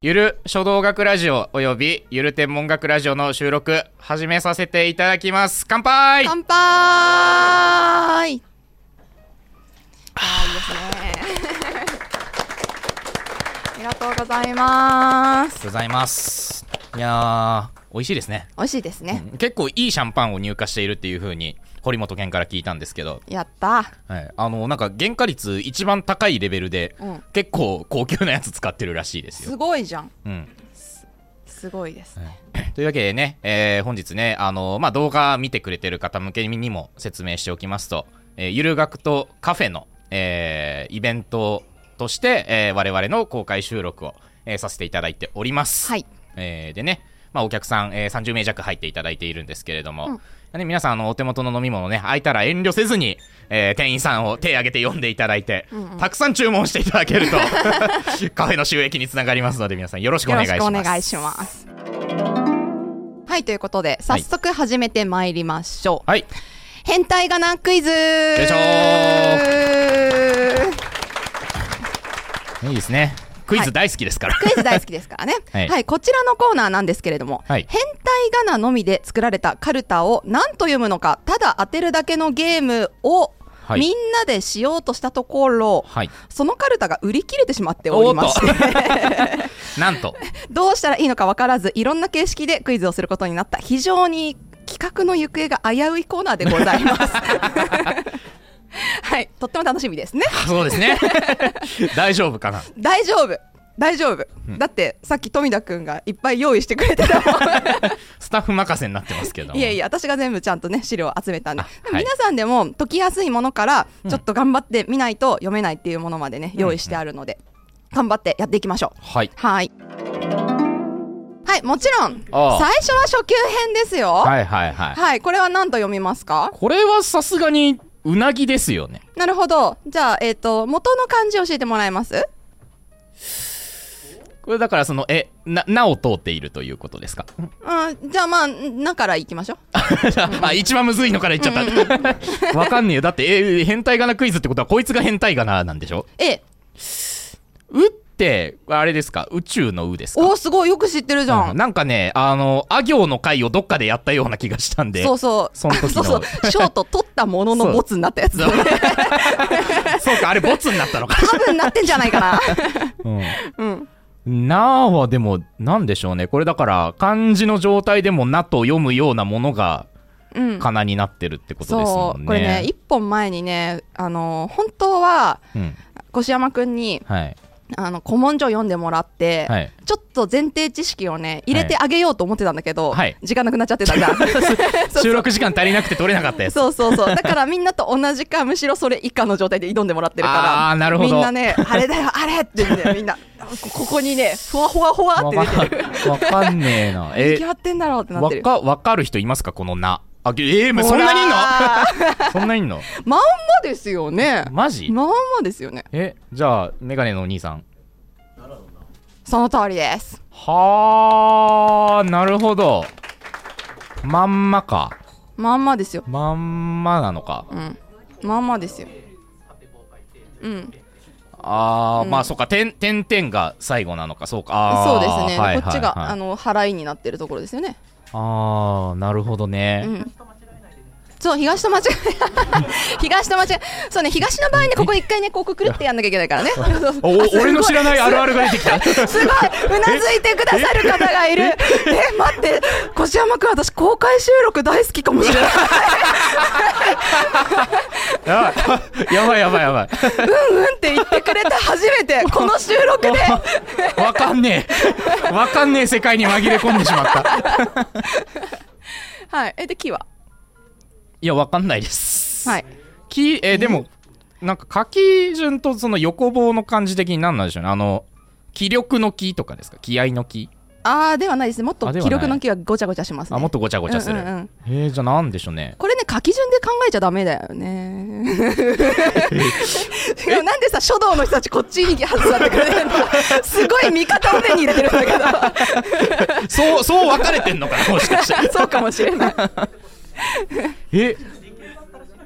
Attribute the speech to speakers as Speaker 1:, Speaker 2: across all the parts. Speaker 1: ゆる書道学ラジオおよびゆる天文学ラジオの収録始めさせていただきます乾杯
Speaker 2: 乾杯あーいいですねありがとうございます
Speaker 1: ございますいやー美味しいですね
Speaker 2: 美味しいですね、
Speaker 1: 結構いいシャンパンを入荷しているっていう風に堀本健から聞いたんですけど、
Speaker 2: やった
Speaker 1: はい、あのなんか原価率一番高いレベルで、
Speaker 2: うん
Speaker 1: 結構高級なやつ使ってるらしいですよ、
Speaker 2: すごいじゃん
Speaker 1: うん、
Speaker 2: すごいですね、
Speaker 1: というわけでね、えー本日ね、あのまあ、動画見てくれてる方向けにも説明しておきますと、えーゆる学とカフェの、えーイベントとして、えー我々の公開収録を、えーさせていただいております。
Speaker 2: はい
Speaker 1: えーでね、まあ、お客さん、えー30名弱入っていただいているんですけれども、
Speaker 2: うん
Speaker 1: ね、皆さんあのお手元の飲み物ね空いたら遠慮せずに、えー店員さんを手挙げて呼んでいただいて、
Speaker 2: うんうん
Speaker 1: たくさん注文していただけ るとカフェの収益につながりますので皆さんよろしくお
Speaker 2: よ
Speaker 1: 願
Speaker 2: ろ
Speaker 1: いし
Speaker 2: し
Speaker 1: ま
Speaker 2: く
Speaker 1: す。
Speaker 2: お願いしますはいということで
Speaker 1: は
Speaker 2: 早
Speaker 1: い
Speaker 2: 速始めてまいりましょう、
Speaker 1: はい
Speaker 2: 変態がなクイズ
Speaker 1: いしょ
Speaker 2: ク
Speaker 1: いいですね。クイ
Speaker 2: は
Speaker 1: ズ
Speaker 2: い
Speaker 1: 大好きですから。
Speaker 2: イズ大好きですからね、
Speaker 1: はい
Speaker 2: はい、こちらのコーナーなんですけれども、
Speaker 1: はい
Speaker 2: 変態仮名のみで作られたカルタを何と読むのかただ当てるだけのゲームを
Speaker 1: はい
Speaker 2: みんなでしようとしたところ、
Speaker 1: はい。
Speaker 2: そのカルタが売り切れてしまっておりまして
Speaker 1: なんと。
Speaker 2: どうしたらいいのか分からずいろんな形式でクイズをすることになった非常に企画の行方が危ういコーナーでございます。 はい、とっても楽しみですね。
Speaker 1: あそうですね。 大丈夫かな。
Speaker 2: 大丈夫大丈夫、だってさっき富田君がいっぱい用意してくれてたもん
Speaker 1: スタッフ任せになってますけども。
Speaker 2: いやいや、私が全部ちゃんとね、資料を集めたんで
Speaker 1: あ、
Speaker 2: でも
Speaker 1: はい
Speaker 2: 皆さんでも解きやすいものから、
Speaker 1: うん
Speaker 2: ちょっと頑張って見ないと読めないっていうものまでね、
Speaker 1: うん
Speaker 2: 用意してあるので、頑張ってやっていきましょう。
Speaker 1: はい。
Speaker 2: はい。はい、もちろん、最初
Speaker 1: ああ
Speaker 2: は初級編ですよ。はい、
Speaker 1: はいはいはい。
Speaker 2: これは何と読みますか
Speaker 1: これはさすがに、うなぎですよね。
Speaker 2: なるほど。じゃあ、えっ、と、元の漢字教えてもらえます
Speaker 1: これだからその、え、な、なを通っているということですか。
Speaker 2: うん、じゃあまあ、なからいきましょう。
Speaker 1: あ、一番むずいのから言っちゃった。 わかんねえよ。だって、え、変態がなクイズってことは、こいつが変態がななんでしょ
Speaker 2: A。
Speaker 1: うって、あれですか宇宙のうですか
Speaker 2: おー、すごい。よく知ってるじゃん。
Speaker 1: うんなんかね、あの、あ行の回をどっかでやったような気がしたんで。
Speaker 2: そうそう。
Speaker 1: その時の
Speaker 2: そうそう。ショート取ったもののボツになったやつ。
Speaker 1: そうそうか、あれ、ボツになったのか。
Speaker 2: 多分なってんじゃないかな。うん。
Speaker 1: なあはでも、なんでしょうね。これだから、漢字の状態でもなと読むようなものが、
Speaker 2: うん。
Speaker 1: かなになってるってことですも
Speaker 2: そ
Speaker 1: んね。
Speaker 2: う、これね、一本前にね、あの、本当は、
Speaker 1: うん。
Speaker 2: 越山くんに、
Speaker 1: はい。
Speaker 2: あの、古文書読んでもらって、
Speaker 1: はい。
Speaker 2: ちょっと前提知識をね、入れてあげようと思ってたんだけど、
Speaker 1: はい
Speaker 2: 時間なくなっちゃって たじゃん。そう
Speaker 1: 収録時間足りなくて取れなかったやつ。
Speaker 2: そうそうそう。だからみんなと同じか、むしろそれ以下の状態で挑んでもらってるから。
Speaker 1: あーなるほど
Speaker 2: みんなね、あれだよ、あれってね、みんな、こここにね、ほわほわほわって
Speaker 1: わ
Speaker 2: 出
Speaker 1: か
Speaker 2: てる。
Speaker 1: わかんねえな。え
Speaker 2: 何、やってんだろうってなっ
Speaker 1: わ
Speaker 2: てる。
Speaker 1: か、わかる人いますかこのな。あ、ええそんなにいんの
Speaker 2: ほらー
Speaker 1: そんなにいんの
Speaker 2: まんまですよね。
Speaker 1: マジ
Speaker 2: まんまですよね。
Speaker 1: え、じゃあ、メガネのお兄さん。
Speaker 2: その通りです。
Speaker 1: はあ、なるほど。まんまか。
Speaker 2: まんまですよ。
Speaker 1: まんまなのか。
Speaker 2: うん。まんまですよ。うん、
Speaker 1: あー、
Speaker 2: うん
Speaker 1: まあそうか、点点々が最後なのか、そうか。
Speaker 2: そう
Speaker 1: あー
Speaker 2: ですね、
Speaker 1: はいはい
Speaker 2: こっちが、
Speaker 1: はい
Speaker 2: あの払いになってるところですよね。
Speaker 1: あー、なるほどね。
Speaker 2: うん、そう、東と間違え、 東と間違え、そうね、東の場合ね、ここ一回ね、ここくるってやんなきゃいけないからね。そうそう
Speaker 1: お
Speaker 2: あすごい
Speaker 1: 俺の知らないあるあるが出て きた。
Speaker 2: すごい、うなずいてくださる方がいる。 え、待って、越山くん、私、公開収録大好きかも しれない。
Speaker 1: やばいやばいやばい やば
Speaker 2: うんうんって言ってくれて初 めて、この収録で。
Speaker 1: い。わかんねえ。わかんねえ世界に紛れ込んでしまった。
Speaker 2: はい、え、で、木は。
Speaker 1: いや、わかんないです。
Speaker 2: はい。
Speaker 1: き、えーでも、なんか書き順とその横棒の感じ的に何なんでしょうね。あの、気力の気とかですか気合の気
Speaker 2: あーではないですねもっと
Speaker 1: あではな
Speaker 2: 記
Speaker 1: い
Speaker 2: 録の木がごちゃごちゃしますね
Speaker 1: あ、もっとごちゃごちゃする。
Speaker 2: うんうんうん
Speaker 1: えー、じゃあなんでしょうね。
Speaker 2: これね書き順で考えちゃダメだよね でもなんでさ書道の人たちこっちに外ってくれてるのすごい味方を目に入れてるんだけ
Speaker 1: そう、そう分かれてんのかなもし かして。
Speaker 2: どそうかもしれ ない
Speaker 1: え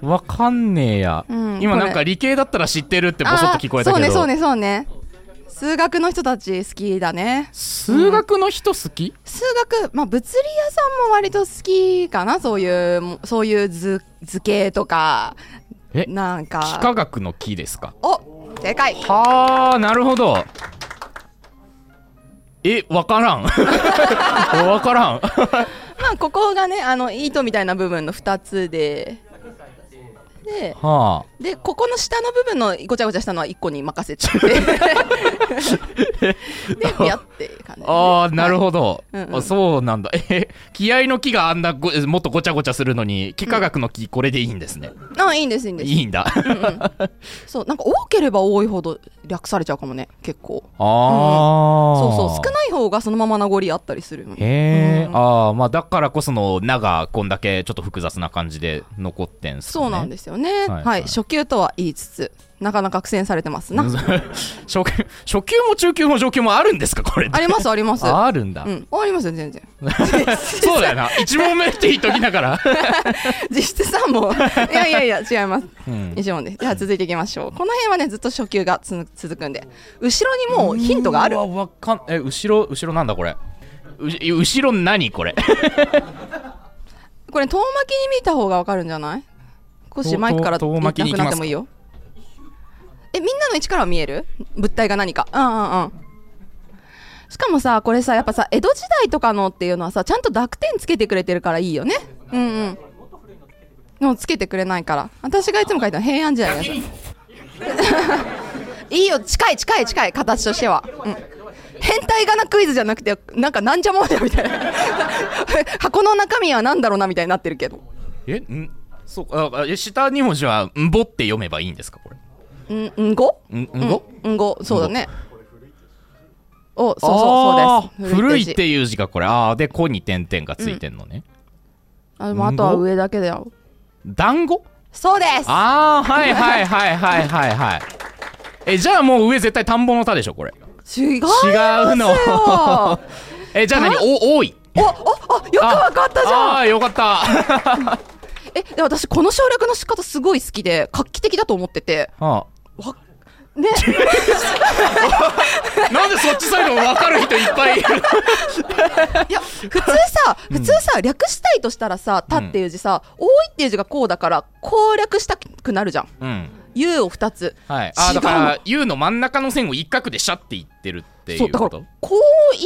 Speaker 1: わかんねえや、
Speaker 2: うん
Speaker 1: 今なん
Speaker 2: こ
Speaker 1: か
Speaker 2: れ
Speaker 1: 理系だったら知ってるってボソッと聞こえたけど
Speaker 2: あーそうねそうねそうね数学の人たち好きだね
Speaker 3: 数学の人好き、
Speaker 2: 数学まあ物理屋さんも割と好きかなそういうもそういう図図形とか
Speaker 3: え
Speaker 2: なん
Speaker 1: 幾何
Speaker 2: か
Speaker 1: 学の木ですか
Speaker 2: お正解
Speaker 1: はあなるほどえわから んわからん
Speaker 2: まあここがねあの糸みたいな部分の2つでで
Speaker 1: はあ
Speaker 2: でここの下の部分のごちゃごちゃしたのは1個に任せちゃ ってでビャっていう感じ
Speaker 1: ああなるほど、
Speaker 2: はいうんうん
Speaker 1: あそうなんだ え気合の木があんなごもっとごちゃごちゃするのに幾何学の木これでいいんですね、
Speaker 2: どあいいんですいいんです
Speaker 1: いいんだ
Speaker 2: そうなんか多ければ多いほど略されちゃうかもね結構
Speaker 1: ああ
Speaker 2: そうそう少ない方がそのまま名残あったりするよね
Speaker 1: へえ、
Speaker 2: うん
Speaker 1: ああまあだからこその「な」がこんだけちょっと複雑な感じで残ってんすかね
Speaker 2: そうなんですよね。
Speaker 1: は
Speaker 2: はいい、
Speaker 1: はい
Speaker 2: 初級とは言いつつ、なかなか苦戦されてますな。
Speaker 1: 初級初級も中級も上級もあるんですかこれ
Speaker 2: ありますあります。う
Speaker 1: あるんだ、
Speaker 2: ん、ありますよ全然。
Speaker 1: そうだよ な一問目って言いときながら、
Speaker 2: 実質さ んも、いやいやいや違います。
Speaker 1: うん
Speaker 2: 以上です。では続いていきましょう。この辺はねずっと初級がつ続くんで、後ろにもうヒントがある
Speaker 1: う。わわかんえ後ろ後ろなんだこれう後ろ何これ
Speaker 2: これ遠巻きに見た方がわかるんじゃない？少しマイクから
Speaker 1: 遠
Speaker 2: な
Speaker 1: 遠
Speaker 2: くなっ
Speaker 1: 巻きに行きますか
Speaker 2: てもいいよ。えみんなの位置からは見える？物体が何か。うんうんうん。しかもさこれさやっぱさ江戸時代とかのっていうのはさちゃんと濁点つけてくれてるからいいよね。うんうん。でもつけてくれないから私がいつも書いてるのは平安時代だよ いいよ近い近い近い形としては、うん、変態がなクイズじゃなくてなんかなんじゃもんじゃみたいな 箱の中身は何だろうなみたいになってるけど
Speaker 1: えんそうああえ下2文字は「んぼ」って読めばいいんですかこれ
Speaker 2: んんご
Speaker 1: んんぼ、
Speaker 2: んごそうだねおそう
Speaker 1: あ
Speaker 2: そうそう
Speaker 1: ー
Speaker 2: です
Speaker 1: 古い
Speaker 2: 字
Speaker 1: っていう字がこれああで「こ」に点々がついてんのね、
Speaker 2: あでもあとは上だけだよ
Speaker 1: 団子
Speaker 2: そうです
Speaker 1: ああはいはいはいはいはいはいえじゃあもう上絶対田んぼの田でしょこれ
Speaker 2: 違う
Speaker 1: 違う のえじゃあ何
Speaker 2: あ
Speaker 1: お多い
Speaker 2: おおおよくわかったじゃん
Speaker 1: ああーよかった
Speaker 2: えで私この省略の仕方すごい好きで画期的だと思ってて
Speaker 1: あ
Speaker 2: ね
Speaker 1: あ なんでそっちサイドも分かる人いっぱいいる
Speaker 2: いや普通さ普通さ、略したいとしたらさ「た」っていう字さ「多い」っていう字がこうだから攻略したくなるじゃん
Speaker 1: うん
Speaker 2: 「ゆ」を2つ
Speaker 1: はいあー
Speaker 2: 違うの
Speaker 1: だから U の真ん中の線を一角でシャっていってるってい
Speaker 2: そう
Speaker 1: う
Speaker 2: だか
Speaker 1: こ
Speaker 2: ら
Speaker 1: と
Speaker 2: こういっ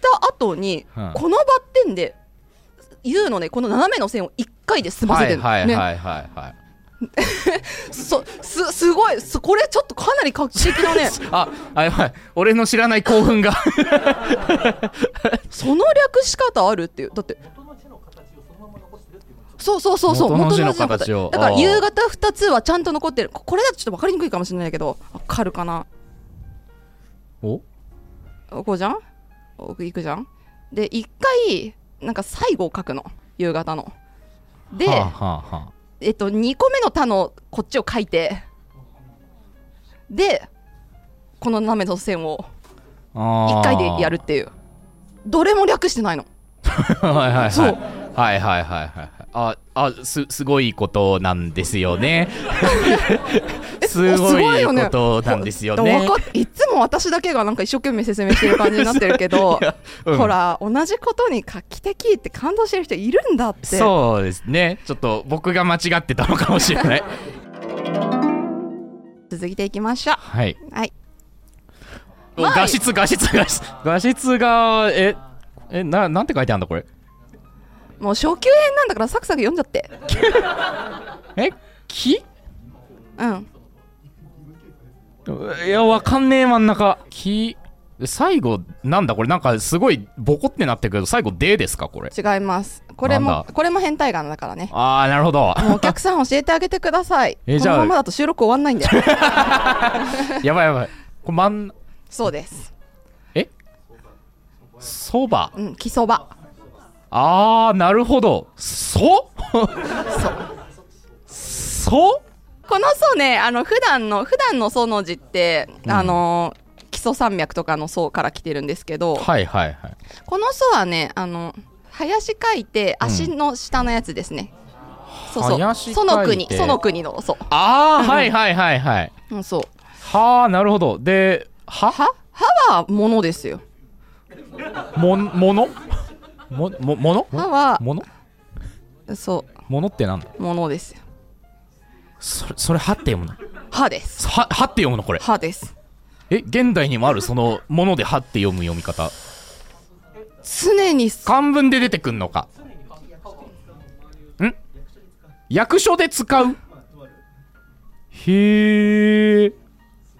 Speaker 2: た後に、
Speaker 1: うん
Speaker 2: このバッテンで「ゆ」のねこの斜めの線を1回で済ませ
Speaker 1: は
Speaker 2: て
Speaker 1: い
Speaker 2: る、
Speaker 1: はいはい
Speaker 2: ね
Speaker 1: はいはい
Speaker 2: そすすごいすこれちょっとかなり画期的だ ね
Speaker 1: ああやばい俺の知らない興奮が
Speaker 2: その略し方あるっていうだってそうそうそうそう
Speaker 1: 元の字の
Speaker 2: 元の
Speaker 1: 形を
Speaker 2: だから
Speaker 1: あー
Speaker 2: 夕方2つはちゃんと残ってるここれだとちょっと分かりにくいかもしれないけど分かるかな
Speaker 1: お
Speaker 2: こうじゃん奥行くじゃんで一回なんか最後を書くの夕方ので、
Speaker 1: はあ、はあは
Speaker 2: えっと2個目の「他のこっちを書いてでこの斜めの線を
Speaker 1: あ、あ
Speaker 2: 1
Speaker 1: ー
Speaker 2: 回でやるっていうどれも略してないの
Speaker 1: はいはいはい。
Speaker 2: そう
Speaker 1: はいはいはいはい。あ、あ、す、すごいことなんですよ ね。すごいことなんですよ
Speaker 2: わ
Speaker 1: ね。
Speaker 2: かっいつも私だけがなんか一生懸命説明してる感じになってるけど
Speaker 1: いやうん
Speaker 2: ほら同じことに画期的って感動してる人いるんだって
Speaker 1: そうですね。ちょっと僕が間違ってたのかもしれ ない。
Speaker 2: 続いていきましょう
Speaker 1: はい。
Speaker 2: はい
Speaker 1: お
Speaker 2: まあ
Speaker 1: 画質、画質、画質。画質が、え、え、な、なんて書いてあるんだこれ。
Speaker 2: もう初級編なんだからサクサク読んじゃって
Speaker 1: え、木
Speaker 2: うん
Speaker 1: いや、わかんねえ、真ん中。木。最後、なんだこれ、なんかすごいボコってなってるけど、最後、でですか、これ。
Speaker 2: 違いますこれ
Speaker 1: な
Speaker 2: も
Speaker 1: んだ
Speaker 2: これも変態眼だからね
Speaker 1: あー、なるほ ど。
Speaker 2: もうお客さん教えてあげてください
Speaker 1: え
Speaker 2: こ
Speaker 1: じゃあ
Speaker 2: のままだと収録終わんないんだよ
Speaker 1: やばいやばい。これ真ん、
Speaker 2: そうです
Speaker 1: えそば
Speaker 2: うん木そば
Speaker 1: あーなるほど そそ
Speaker 2: この層ねあの普段の普段の層の字って、
Speaker 1: うん
Speaker 2: あの基礎山脈とかの層から来てるんですけど、
Speaker 1: はいはいはい
Speaker 2: この層はねあの林書いて足の下のやつですね、そうそ
Speaker 1: 林
Speaker 2: う
Speaker 1: 書
Speaker 2: そ
Speaker 1: いて
Speaker 2: の国その国の層
Speaker 1: あーはいはいはいはい
Speaker 2: うんそう
Speaker 1: はあなるほどでは
Speaker 2: は歯はものですよ
Speaker 3: もんものもももの
Speaker 2: 歯は
Speaker 3: もの
Speaker 2: そ
Speaker 3: ものってなんだ
Speaker 2: うものですよ
Speaker 3: それそれ歯って読むの
Speaker 2: 歯です
Speaker 1: は、はって読むのこれ。
Speaker 2: 歯です
Speaker 1: え、現代にもあるその、ものではって読む読み方。
Speaker 2: 常にす
Speaker 1: 漢文で出てくんのか。ん役所で使うへえ。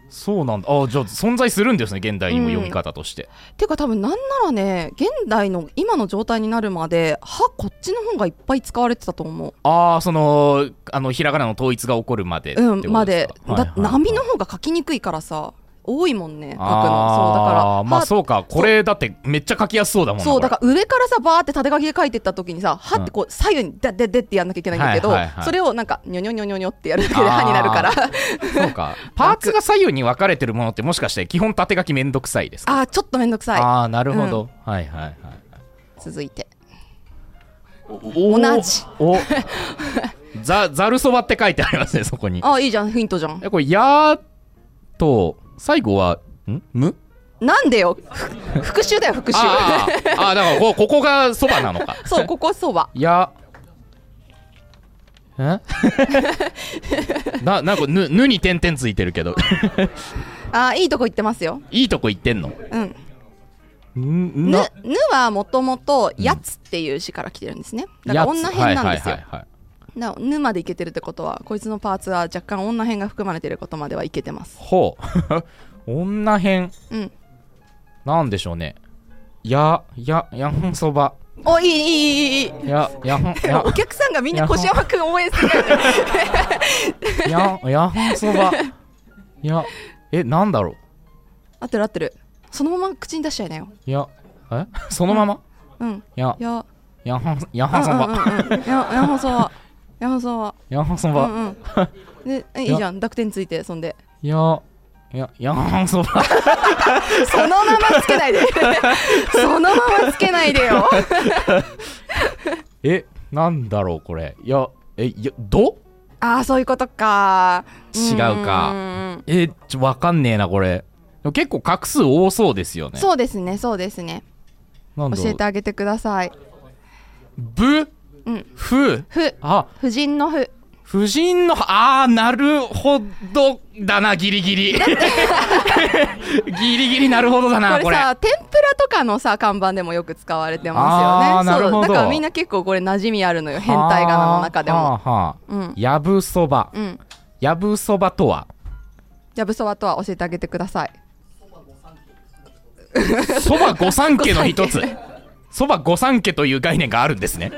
Speaker 1: そうなんだ。あ、じゃあ存在するんですね、現代にも読み方として。
Speaker 2: てか多分なんならね現代の今の状態になるまで歯こっちの方がいっぱい使われてたと思う
Speaker 1: ああ、その、あの、ひらがなの統一が起こるまでってこと
Speaker 2: う
Speaker 1: すか。
Speaker 2: ん、まで、
Speaker 1: はいはい
Speaker 2: だ波の方が書きにくいからさ多いもんね書くのそうだか
Speaker 1: あ
Speaker 2: ら
Speaker 1: あ、まあ
Speaker 2: 歯
Speaker 1: そうか。これだってめっちゃ書きやすそうだもんな
Speaker 2: そうだ
Speaker 1: これ
Speaker 2: から上からさバーって縦書きで書いてった時にさ歯ってこう左右にダッダッダッってやんなきゃいけないんだけど、
Speaker 1: はいはいはい
Speaker 2: それをなんかニョニョニョニョニョってやるだけで歯になるから
Speaker 1: そうか。パーツが左右に分かれてるものってもしかして基本縦書きめんどくさいですか
Speaker 2: ああちょっとめんどくさい
Speaker 1: ああ、なるほど。はいはいはい。
Speaker 2: 続いて
Speaker 1: 同
Speaker 2: 同じ。
Speaker 1: お ざ、ざるそばって書いてあり ますね、そこに。
Speaker 2: ああいいじゃんヒントじゃん
Speaker 1: え、これ、やーと、最後は、んむ
Speaker 2: なんでよ ふ復習だよ復習。
Speaker 1: あーあー、あーだからこ、ここがそばなのか
Speaker 2: そうここそば
Speaker 1: や、え な、なんか、ぬ、ぬに点々ついてるけど。
Speaker 2: ああいいとこ行ってますよ
Speaker 1: いいとこ行ってんの
Speaker 2: うん
Speaker 1: ん
Speaker 2: ぬ「ぬ」はもともと「やつ」っていう詩から来てるんですねだから女編なんですよ、
Speaker 1: はいはいはいはい
Speaker 2: なぬまでいけてるってことはこいつのパーツは若干女編が含まれてることまではいけてます
Speaker 1: ほう。 女編。
Speaker 2: うん
Speaker 1: なんでしょうね。や、や、やんそば。
Speaker 2: おいいいいいいいい
Speaker 1: や、やん、や
Speaker 2: お、客さんがみんな
Speaker 1: やば
Speaker 2: 越山くん応援するからね
Speaker 1: やん、やんそば。や、え、なんだろ
Speaker 2: 合ってる合ってるそのまま口に出しちゃいなよ
Speaker 1: う。や、えそのまま
Speaker 2: うん
Speaker 1: や、
Speaker 2: や
Speaker 1: やん、やんそ
Speaker 2: うんうん
Speaker 1: ば。
Speaker 2: うんややんほそばやんほそば
Speaker 1: やんそうば。
Speaker 2: んうんでえいいじゃん濁点ついてそんで
Speaker 1: や、や、やんそば。
Speaker 2: そのままつけ ないでそのままつけないでよ
Speaker 1: え、なんだろう、これ。や、え、や、ど
Speaker 2: ああそういうことか
Speaker 1: 違うか
Speaker 2: ん
Speaker 1: え、ちょ、わかんねえな、これ。でも結構画数多そうですよね。
Speaker 2: そうですねそうですね
Speaker 1: なんだ
Speaker 2: 教
Speaker 1: ろ
Speaker 2: え
Speaker 1: う
Speaker 2: て。あげてください
Speaker 1: ぶ、
Speaker 2: うん
Speaker 1: ふ、
Speaker 2: ふ
Speaker 1: あ、
Speaker 2: 婦人のふ
Speaker 1: 夫人の、ああ、なるほどだな、ギリギリ。 ギリギリなるほどだな、
Speaker 2: こ
Speaker 1: こ
Speaker 2: れ
Speaker 1: れ。
Speaker 2: さ天ぷらとかのさ看板でもよく使われてま
Speaker 1: あー
Speaker 2: すよね
Speaker 1: なる
Speaker 2: そ
Speaker 1: ほ
Speaker 2: う
Speaker 1: ど
Speaker 2: だからみんな結構これ馴染みあるのよ変態仮名の中で
Speaker 1: は
Speaker 2: も
Speaker 1: あはあ
Speaker 2: うん
Speaker 1: やぶそば。
Speaker 2: うん
Speaker 1: やぶそばとは、
Speaker 2: じゃあぶそばとは教えてあげてください
Speaker 1: そば御三家の一 つ。そば御三家という概念があるんですね。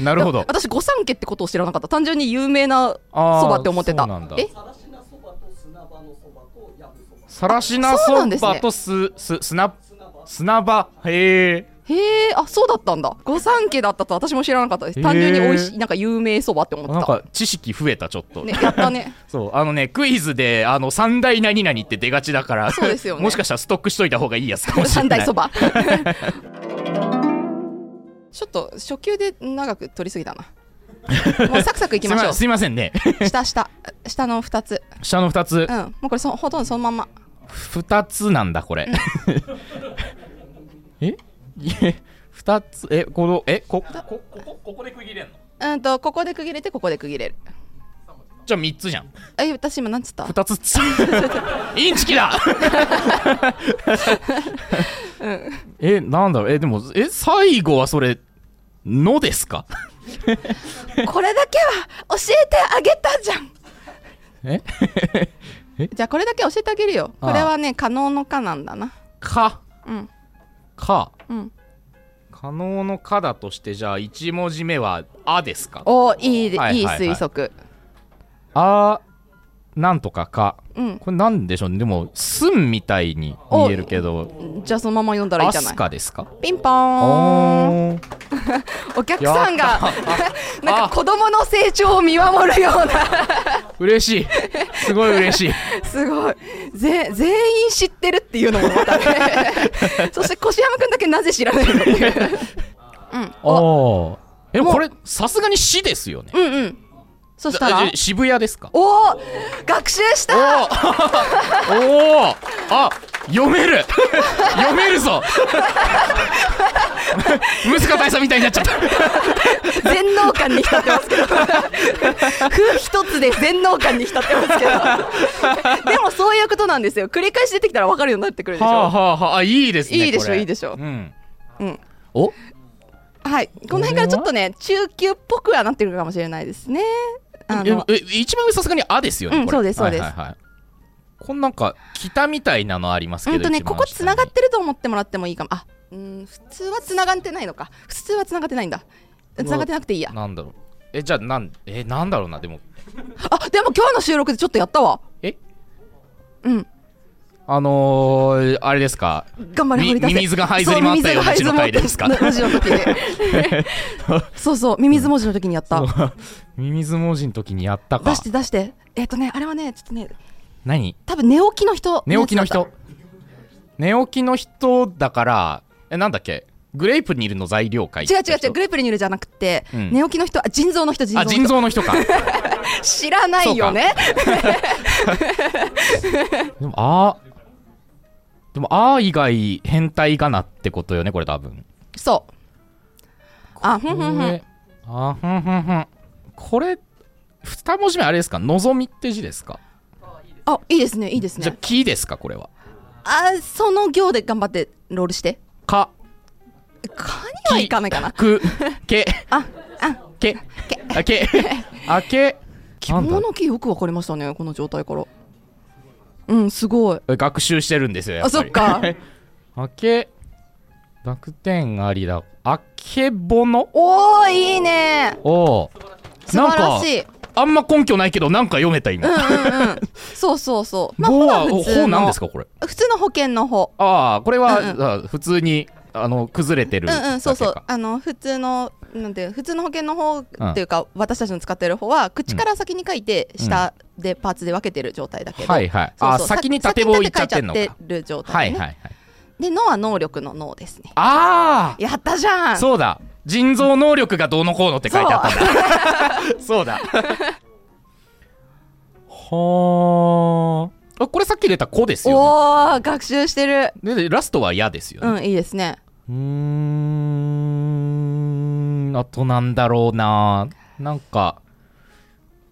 Speaker 1: なるほど。
Speaker 2: 私御三家ってことを知らなかった単純に有名な
Speaker 1: あー
Speaker 2: そばって思ってた
Speaker 1: そうなんだ
Speaker 2: え
Speaker 1: さらしな
Speaker 2: そうな
Speaker 1: そ
Speaker 2: んです
Speaker 1: ば
Speaker 2: ね
Speaker 1: とす、す、砂、砂場。へえ。
Speaker 2: へえあそうだったんだ御三家だったとは私も知らなかったです
Speaker 1: へー
Speaker 2: 単純に美味しいなんか有名そばって思って
Speaker 1: なん
Speaker 2: た
Speaker 1: か知識増えた、ちょっと。
Speaker 2: ねやったね
Speaker 1: そう、あのね、クイズで、あの、三大何々って出がちだから、
Speaker 2: そうですよね
Speaker 1: もしかしたらストックしといた方がいいやつかもしれ
Speaker 2: 三
Speaker 1: ない。
Speaker 2: 大 そばちょっと初級で長く取りすぎたなもうサクサクいき
Speaker 1: すい
Speaker 2: ましょ
Speaker 1: ま
Speaker 2: う
Speaker 1: すいませんね。
Speaker 2: 下下下の2つ
Speaker 1: 下の二つ
Speaker 2: う、んもうこれそほとんどそのまんま
Speaker 1: 二つなんだ、これ。 えいえ二つ、え、この、え、こ、こ、ここ、ここで区切れんの
Speaker 2: うんとここで区切れてここで区切れる
Speaker 1: じゃあ三つじゃん。
Speaker 2: え私今何つった
Speaker 1: 二つ つ、インチキだ え、なんだろう、え、でも、え、最後はそれ、のですか
Speaker 2: これだけは教えてあげたじゃん
Speaker 1: え
Speaker 2: じゃあこれだけ教えてあげるよ
Speaker 1: ああ
Speaker 2: これはね可能の可なんだな
Speaker 1: か。
Speaker 2: うん
Speaker 1: か。
Speaker 2: うん
Speaker 1: 可能の「可」だとしてじゃあ1文字目は「あ」ですか
Speaker 2: おーいいで、
Speaker 1: はいい
Speaker 2: い
Speaker 1: はいはい
Speaker 2: 推測
Speaker 1: 「あ」なんとか「か
Speaker 2: うん」
Speaker 1: これなんでしょうねでも「すん」みたいに見えるけど
Speaker 2: じゃあそのまま読ん
Speaker 1: 「
Speaker 2: だらいい
Speaker 1: あ
Speaker 2: じゃな
Speaker 1: す
Speaker 2: い
Speaker 1: か」ですか
Speaker 2: ピンポーン
Speaker 1: おー
Speaker 2: お客さんが なんか
Speaker 1: あ
Speaker 2: 子供の成長を見守るような
Speaker 1: 嬉しいすごい 嬉しい
Speaker 2: すごいぜ全員知ってるっていうのもまたねそして越山くんだけなぜ知らないのかっていううんお
Speaker 1: おーえで
Speaker 2: も
Speaker 1: も
Speaker 2: う
Speaker 1: これさすがに「し」ですよね
Speaker 2: うんうんそした
Speaker 1: あ
Speaker 2: ら
Speaker 1: じゃ渋谷ですか
Speaker 2: おお学習した
Speaker 1: おーおーあ読める読める ぞむ息子大佐みたいになっちゃった
Speaker 2: 全能感に浸ってますけど風一つで全能感に浸ってますけどでもそういうことなんですよ繰り返し出てきたら分かるようになってくるでしょ、
Speaker 1: はあはあはああいいですね
Speaker 2: いいでし
Speaker 1: こ
Speaker 2: ょ
Speaker 1: れ
Speaker 2: いいでしょ
Speaker 1: うん
Speaker 2: うん
Speaker 1: お
Speaker 2: はいこの辺からちょっとね中級っぽくはなってるかもしれないですねあの
Speaker 1: ええ一番上さすがに「あ」ですよね、
Speaker 2: うん
Speaker 1: これ
Speaker 2: そうですそうです
Speaker 1: はいはいはいこんなんか北みたいなのありますけ
Speaker 2: う
Speaker 1: ど
Speaker 2: んとね
Speaker 1: 一番下
Speaker 2: ここ
Speaker 1: に
Speaker 2: つながってると思ってもらってもいいかもあうん普通はつながってないのか普通はつながってないんだつながってなくていいや
Speaker 1: なんだろうえじゃあなんえなんだろうなでも
Speaker 2: あでも今日の収録でちょっとやったわ
Speaker 1: え
Speaker 2: うん
Speaker 1: あのー、あれですか
Speaker 2: 頑張れ
Speaker 1: み
Speaker 2: 掘り出せ
Speaker 1: ミミズが這いずり回ったような字の回ですか
Speaker 2: そうミミズが這いずり回 った文字の時にそうそうミミズ文字の時にやった
Speaker 1: ミミズ文字の時にやったか
Speaker 2: 出して出してえっ、とねあれはねちょっとね
Speaker 1: 何
Speaker 2: 多分寝起きの人
Speaker 1: 寝起きの
Speaker 2: やつ
Speaker 1: 人寝起きの人だからえなんだっけグレープニルの材料会
Speaker 2: だった違う違う違うグレープリニュルじゃなくて、
Speaker 1: うん
Speaker 2: 寝起きの人あ腎臓の人腎臓
Speaker 1: あ
Speaker 2: の人
Speaker 1: 腎臓の人か
Speaker 2: 知らないよね
Speaker 1: でもあーでもあー以外変態がなってことよねこれ多分
Speaker 2: そうあふんふんふ
Speaker 1: こ
Speaker 2: ん
Speaker 1: れあふんふんふんこれ二文字目あれですか望みって字ですか
Speaker 2: あいいですねいいです
Speaker 1: じゃあ
Speaker 2: ね
Speaker 1: 木ですかこれは
Speaker 2: あその行で頑張ってロールして
Speaker 1: か
Speaker 2: 蚊にはいかないかな
Speaker 1: くけ
Speaker 2: ああ
Speaker 1: け
Speaker 2: け
Speaker 1: あ けあけなんだ
Speaker 2: 獣の木よくわかりましたねこの状態からうんすごい
Speaker 1: 学習してるんですよや
Speaker 2: あ
Speaker 1: っぱ
Speaker 2: そ
Speaker 1: り
Speaker 2: っか
Speaker 1: あけ濁点ありだあけぼの
Speaker 2: おおいいね
Speaker 1: おお
Speaker 2: 素晴ら
Speaker 1: なん
Speaker 2: し
Speaker 1: か
Speaker 2: い
Speaker 1: あんま根拠ないけどなんか読めた今
Speaker 2: そうそうそうまあ
Speaker 1: ぼ
Speaker 2: ほ
Speaker 1: は
Speaker 2: は普
Speaker 1: ほ
Speaker 2: 通
Speaker 1: なん
Speaker 2: の
Speaker 1: ですかこれ
Speaker 2: 普通の保険の方
Speaker 1: ああこれ
Speaker 2: うん
Speaker 1: はあ普通にあの崩れてる
Speaker 2: うんうんそうそ
Speaker 1: だ
Speaker 2: う
Speaker 1: けか
Speaker 2: あの普通のなんていう普通の保険の方っていうか、私たちの使ってる方は口から先に書いて
Speaker 1: うん
Speaker 2: 下でパーツで分けてる状態だけど、
Speaker 1: はいはい
Speaker 2: そう
Speaker 1: あ
Speaker 2: そう
Speaker 1: 先に
Speaker 2: さ
Speaker 1: 縦棒いっちゃってんのか
Speaker 2: 先に縦書いちゃってる状
Speaker 1: は
Speaker 2: 態、
Speaker 1: い
Speaker 2: ね
Speaker 1: はいはい
Speaker 2: で脳は能力の脳ですね
Speaker 1: あ
Speaker 2: やったじゃ
Speaker 1: あ
Speaker 2: ん
Speaker 1: そうだ腎臓能力がどうのこうのって書いてあったんだ そう だはあこれさっき出た子ですよね
Speaker 2: おお学習してる
Speaker 1: ででラストは嫌ですよ
Speaker 2: う
Speaker 1: ね。
Speaker 2: んいいですね
Speaker 1: うーん、あとなんだろうな。なんか、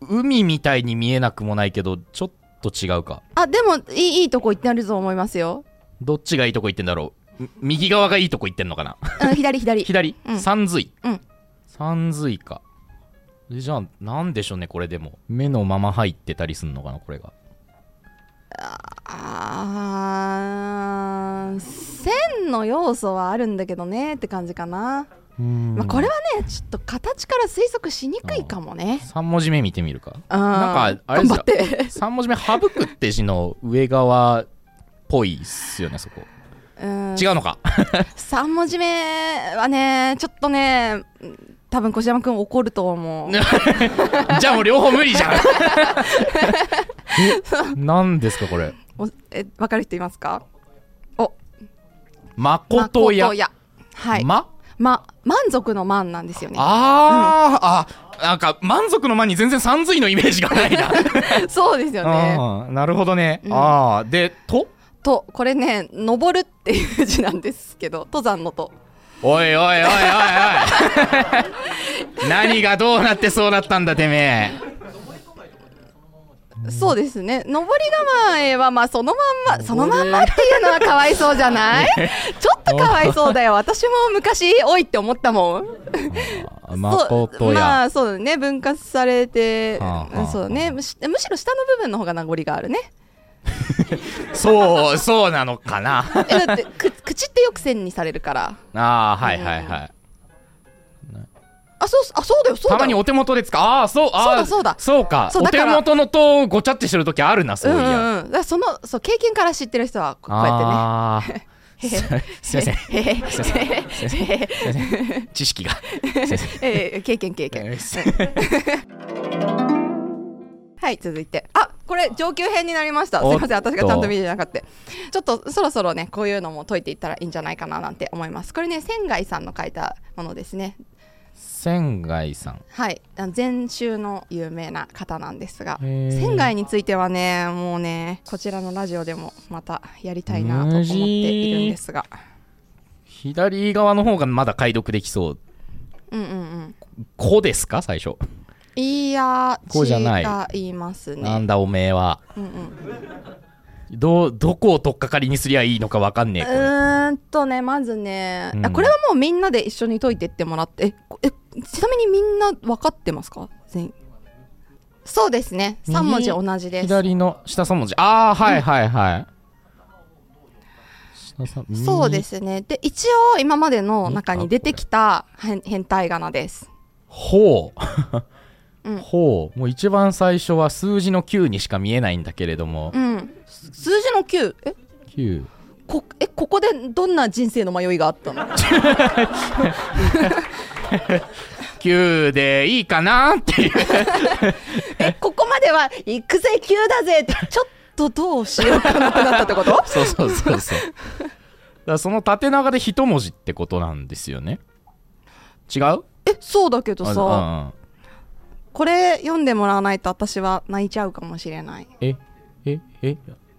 Speaker 1: 海みたいに見えなくもないけど、ちょっと違うか。
Speaker 2: あでもいいいいとこ行ってあると思います よ、
Speaker 1: どっちがいいとこ行ってんだろう。み右側がいいとこ行ってんのかな。
Speaker 2: うん、左左
Speaker 1: 左、
Speaker 2: うん
Speaker 1: 三髄。
Speaker 2: うん
Speaker 1: 三髄か。えじゃあ、なんでしょうね、これでも。目のまま入ってたりすんのかな、これが。
Speaker 2: あー線の要素はあるんだけどねって感じかなまあ、これはねちょっと形から推測しにくいかもね。
Speaker 1: 3文字目見てみるか。な
Speaker 2: なん
Speaker 1: かあれです
Speaker 2: 頑
Speaker 1: よ
Speaker 2: 張って。
Speaker 1: 3文字目、省くって字の上側っぽいっすよね、そこ。
Speaker 2: うん
Speaker 1: 違うのか。
Speaker 2: 3文字目はねちょっとねうん多分小島君怒ると思 う。
Speaker 1: じゃあもう両方無理じゃん。なんですかこれ。
Speaker 2: おえ分かる人いますかお
Speaker 1: まことや。
Speaker 2: 誠やはい、ま
Speaker 1: ま
Speaker 2: 満足の満なんですよね。
Speaker 1: あー、あ、なんか満足の間に全然三髄のイメージがない な。
Speaker 2: そうですよね。
Speaker 1: あーなるほどね。
Speaker 2: うん
Speaker 1: ああ、で、と
Speaker 2: とこれね「登る」っていう字なんですけど登山の「と」
Speaker 1: おいおいおいおい おい。何がどうなってそうなったんだてめえ。
Speaker 2: そうですね登り構えはまあそのまんまそのまんまっていうのはかわいそうじ ゃないちょっとかわいそうだよ私も昔多いって思ったもん
Speaker 1: まこと
Speaker 2: そうま
Speaker 1: や。
Speaker 2: あそうだね分割されて、
Speaker 1: はあはあ
Speaker 2: そうだねむしむしろ下の部分の方が名残があるね
Speaker 1: そう、そうなのかな。
Speaker 2: えだってく口ってよく線にされるから
Speaker 1: ああ、はいはいはい。
Speaker 2: あそうあそうだよそうだ
Speaker 1: た
Speaker 2: よ
Speaker 1: まにお手元で使う。ああ、そう、ああ、
Speaker 2: そうだ
Speaker 1: そうか。
Speaker 2: そう
Speaker 1: お
Speaker 2: だ
Speaker 1: 手
Speaker 2: から
Speaker 1: 元のとごちゃってしてる時あるな、そううんいうや。
Speaker 2: んうんだからそのそう経験から知ってる人はこうや
Speaker 1: ああ
Speaker 2: ってね
Speaker 1: ーすいません
Speaker 2: へへへへ へへ
Speaker 1: 知識が
Speaker 2: え ー経験経験はい続いてあこれ上級編になりましたす
Speaker 1: おっ
Speaker 2: い
Speaker 1: と
Speaker 2: ません私がちゃんと見てなかったちょっとそろそろねこういうのも解いていったらいいんじゃないかななんて思いますこれね仙外さんの書いたものですね
Speaker 1: 仙外さん
Speaker 2: はい、あの禅宗の有名な方なんですが
Speaker 3: へー
Speaker 2: 仙外についてはねもうねこちらのラジオでもまたやりたいなと思
Speaker 3: マ
Speaker 2: っ
Speaker 3: ジ
Speaker 2: ているんですが
Speaker 1: 左側の方がまだ解読できそう
Speaker 2: うんうんうん
Speaker 1: 「こ」ですか最初、
Speaker 2: いや
Speaker 1: こうじゃない
Speaker 2: 違いますね
Speaker 1: なんだおめえは、どうどこを取っかかりにすりゃいいのかわかんねえ
Speaker 2: う
Speaker 1: これ
Speaker 2: ーんとねまずね、
Speaker 1: うん
Speaker 2: あこれはもうみんなで一緒に解いてってもらってえこえちなみにみんな分かってますか全員そうですね
Speaker 1: 右
Speaker 2: 3文字同じです
Speaker 1: 左の下3文字ああはいはいはい、下三右
Speaker 2: そうですねで一応今までの中に出てきた変変態仮名です
Speaker 1: ほ
Speaker 2: う
Speaker 1: うんほうもう一番最初は数字の9にしか見えないんだけれども
Speaker 2: うんす数字の9え
Speaker 1: 9
Speaker 2: こえここでどんな人生の迷いが あったの
Speaker 1: 9でいいかなっていう
Speaker 2: えここまでは「行くぜ9だぜ」ってちょっとどうしようかなってなったってこと
Speaker 1: そうそうそうそうだからその縦長で一文字ってことなんですよね違う
Speaker 2: えそうだけど
Speaker 1: あ
Speaker 2: さ
Speaker 1: うんうん
Speaker 2: これ読んでもらわないと私は泣いちゃうかもしれない
Speaker 1: えええ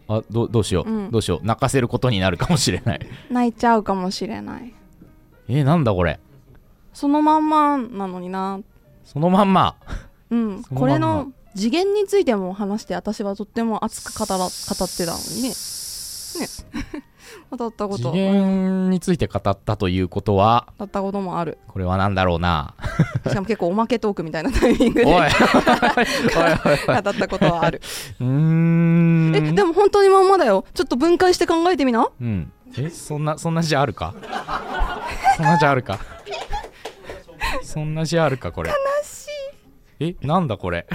Speaker 1: あどうどうしよう、
Speaker 2: うん
Speaker 1: どうしよう泣かせることになるかもしれない
Speaker 2: 泣いちゃうかもしれない
Speaker 1: えなんだこれ
Speaker 2: そのまんまなのにな
Speaker 1: そのまんま
Speaker 2: うん
Speaker 1: そのまんま
Speaker 2: これの次元についても話して私はとっても熱く語ら語ってたのにねね語ったこ
Speaker 1: 次
Speaker 2: と
Speaker 1: 元について語ったということは
Speaker 2: だったこともある
Speaker 1: これは何だろうな
Speaker 2: しかも結構おまけトークみたいなタイ ミング
Speaker 1: お
Speaker 2: で
Speaker 1: いおいおい
Speaker 2: 語
Speaker 1: おい
Speaker 2: ったことはある
Speaker 1: うーん
Speaker 2: えでも本当にまんまだよちょっと分解して考えてみな
Speaker 1: うんえそんなそんな字あるかそんな字あるかそんな字あるかこれえなんだこれ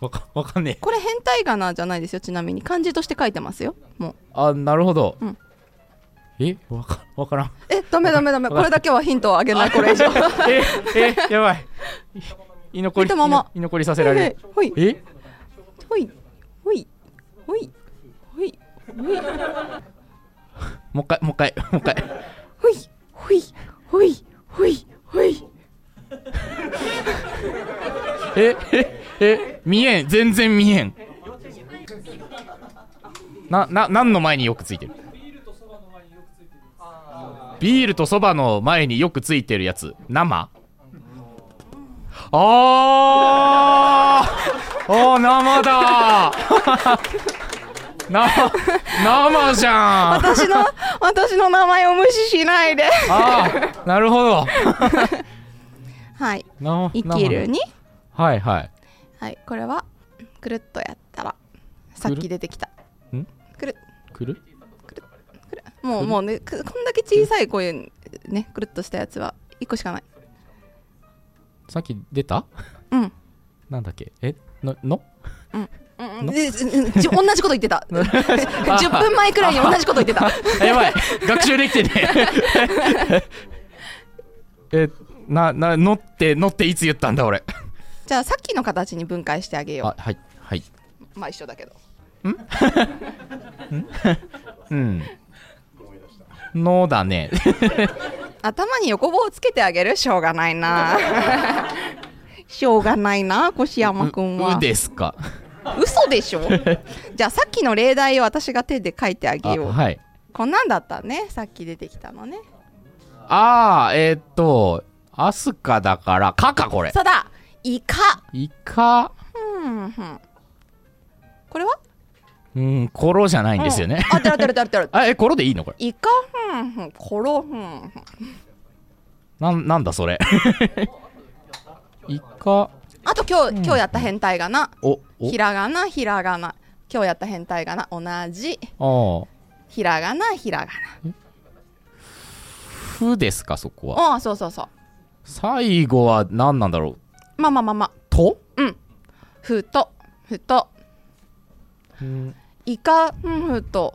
Speaker 1: わかわかんねえ
Speaker 2: これ変態仮名じゃないですよちなみに漢字として書いてますよもう
Speaker 1: あなるほど、
Speaker 2: うん
Speaker 1: えわかわからん
Speaker 2: えダメダメダメこれだけはヒントをあげないこれ以上
Speaker 1: ええやばいい居残り
Speaker 2: 見たまま
Speaker 1: 居残りさせられる
Speaker 2: ほい
Speaker 1: え
Speaker 2: ほいほいほいほいほい
Speaker 1: もう一回もう一回もう一回
Speaker 2: ほいほいほいほいほい
Speaker 1: えええ見えん全然見えんなな何の前によくついてるビールとそばの前によくついてるやつ生あーあー生だ 生生じゃん
Speaker 2: 私の私の名前を無視しないで
Speaker 1: ああなるほど
Speaker 2: はい
Speaker 1: な
Speaker 2: 生きる
Speaker 1: 生
Speaker 2: に
Speaker 1: はいはい
Speaker 2: はいこれはくるっとやったらさっき出てきた
Speaker 1: ん
Speaker 2: くる
Speaker 1: くる
Speaker 2: もうもうねくこんだけ小さいこういうねくるっとしたやつは1個しかない
Speaker 1: さっき出た
Speaker 2: うん
Speaker 1: なんだっけえのの
Speaker 2: うんうんでうんじ同じこと言っ てた 10分前くらいに同じこと言ってた
Speaker 1: あ やばい学習できてね えなな乗って乗っていつ言ったんだ俺
Speaker 2: じゃあさっきの形に分解してあげよ
Speaker 1: あはいはいう
Speaker 2: まあ一緒だけど
Speaker 1: うんのだね
Speaker 2: 頭に横棒をつけてあげるしょうがないな しょうがないな越山くん
Speaker 1: う
Speaker 2: は
Speaker 1: うですか
Speaker 2: 嘘でし ょじゃあさっきの例題を私が手で書いてあげ
Speaker 1: あ
Speaker 2: よう、
Speaker 1: はい
Speaker 2: こんなんだったねさっき出てきたのね
Speaker 1: あーえーっとアスカだからカかこれ
Speaker 2: さだイカ
Speaker 1: イカ
Speaker 2: うんうんこれは
Speaker 1: うんコロじゃないんですよね、
Speaker 2: うんあてるてるてるてる
Speaker 1: あえコロでいいのこれ
Speaker 2: イカうんうんコロうんうん
Speaker 1: なんなんだそれイカ
Speaker 2: あと今日今日やった変態仮名
Speaker 1: おお
Speaker 2: ひらがなひらがな今日やった変態仮名同じ
Speaker 1: ああ
Speaker 2: ひらがなひらが
Speaker 1: ふですかそこは
Speaker 2: なああそうそうそ
Speaker 1: 最後は何なんだろう
Speaker 2: うまあまあまあまあ
Speaker 1: と
Speaker 2: ふとふと
Speaker 1: うん
Speaker 2: イカんふと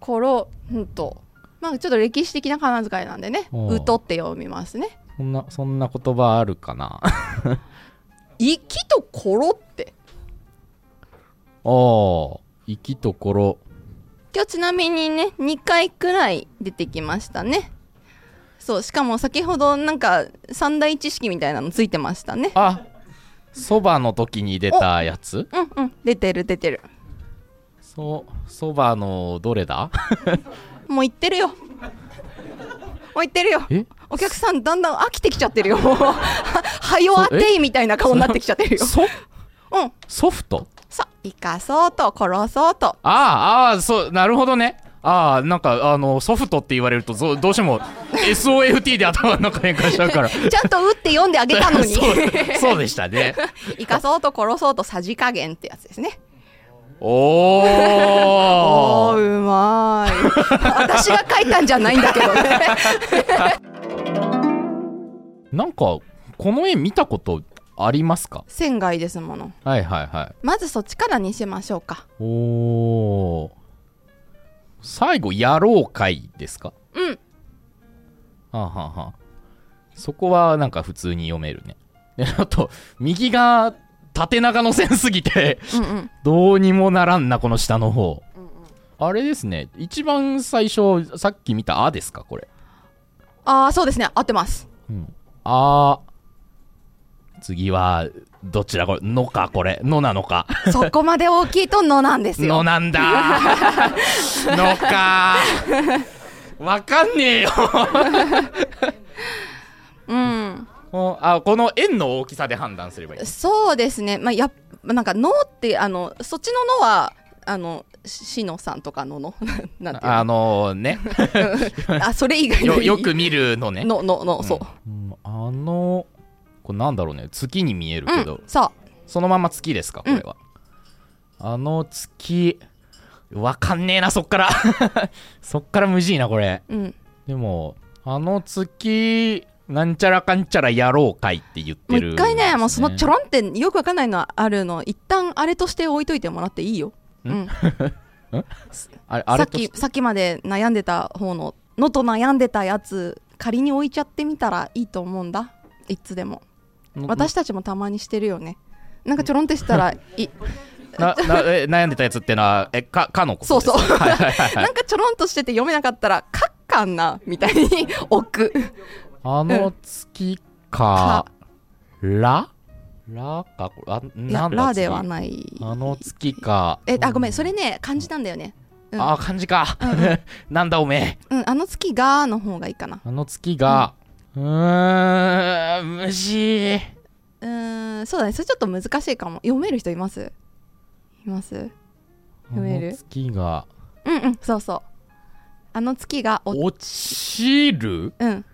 Speaker 2: コロんとまあちょっと歴史的な仮名遣いなんでね
Speaker 1: おう
Speaker 2: うとって読みますね
Speaker 1: そんなそんな言葉 あるかな
Speaker 2: 生きとコロって
Speaker 1: おー生きところ
Speaker 2: 今日ちなみにね2回くらい出てきましたねそうしかも先ほどなんか三大知識みたいなのついてましたね
Speaker 1: あそばの時に出たやつ
Speaker 2: うんうん出てる出てる
Speaker 1: そそばのどれだ
Speaker 2: もう行ってるよもう行ってるよ
Speaker 3: え
Speaker 2: お客さんだんだん飽きてきちゃってるよ ははよあていみたいな顔になってきちゃってるよ
Speaker 1: そ
Speaker 2: うん
Speaker 1: ソフト
Speaker 2: さ生かそうと殺そう と
Speaker 1: ああああそうなるほどねああなんかあのソフトって言われるとぞどうしても SOFT で頭の中変換しちゃうから
Speaker 2: ちゃんと打って読んであげたのに
Speaker 1: そうそうでしたね
Speaker 2: 生かそうと殺そうとさじ加減ってやつですね
Speaker 1: お
Speaker 2: お
Speaker 1: ー
Speaker 2: ーうまい 私が書いたんじゃないんだけどね
Speaker 1: なんかこの絵見たことありますか
Speaker 2: 仙外ですもの
Speaker 1: はいはいはい
Speaker 2: まずそっちからにしましょうか
Speaker 1: おお最後やろう会ですか
Speaker 2: うん
Speaker 1: はあ、はあはあ、そこはなんか普通に読めるね であと右が縦長の線すぎて
Speaker 2: うんうん
Speaker 1: どうにもならんなこの下の方、あれですね一番最初さっき見た「あ」ですかこれ
Speaker 2: ああそうですね合ってます
Speaker 1: うんあー次はどちらこれ「の」かこれ「の」なのか
Speaker 2: そこまで大きいとのなん
Speaker 1: 「
Speaker 2: です
Speaker 1: の」
Speaker 2: よ
Speaker 1: なんだ のかわかんねえよ
Speaker 2: うん
Speaker 1: このあこの円の大きさで判断すればいい
Speaker 2: そうですねまあやっなんか「の」ってあのそっちの「の」はあのしのさんとかの「 の」なんていう
Speaker 1: あのね
Speaker 2: のあそれ以外の
Speaker 1: よよく見るのね
Speaker 2: のののそう、
Speaker 1: うんあのこれなんだろうね月に見える
Speaker 2: う
Speaker 1: けど、
Speaker 2: ん、そ
Speaker 1: そのまま月ですかこれは、あの月わかんねえなそっから そっから無事いなこれ
Speaker 2: う、うん、
Speaker 1: でもあの月なんちゃらかんちゃらやろうかいって言っ
Speaker 2: も
Speaker 1: て
Speaker 2: う
Speaker 1: るん
Speaker 2: 一
Speaker 1: ですね、
Speaker 2: 回ねもうそのちょ
Speaker 1: ろ
Speaker 2: ろんってよくわかんないのあるの一旦あれとして置いといてもらっていいよ、うん、さ
Speaker 1: あれあれ
Speaker 2: っ
Speaker 1: と
Speaker 2: きさっきまで悩んでた方の「の」と悩んでたやつ仮に置いちゃってみたらいいと思うんだいつでも
Speaker 1: の
Speaker 2: 私たちもたまにしてるよねなんかちょろんってしたらい
Speaker 1: ななえ悩んでたやつってのはえかかのこと
Speaker 2: そうそう
Speaker 1: ですかはいはいはいはい
Speaker 2: なんかちょろんとしてて読めなかったら「かっかんな」みたいに置く
Speaker 1: あの月か、ららかこれあ
Speaker 2: い
Speaker 1: な
Speaker 2: や「
Speaker 1: んだ
Speaker 2: ら」
Speaker 1: 次
Speaker 2: ではない
Speaker 1: あの月か
Speaker 2: えあごめんそれね漢字なんだよねうん
Speaker 1: ああ漢字か、 なんだおめえ
Speaker 2: うんあの月がの方がいいかな
Speaker 1: あの月が、うーん無事
Speaker 2: うーんそうだねそれちょっと難しいかも読める人いますいます
Speaker 1: あ
Speaker 2: 読める
Speaker 1: の月が
Speaker 2: うんうんそうそうあの月がお
Speaker 1: 落ちる
Speaker 2: うん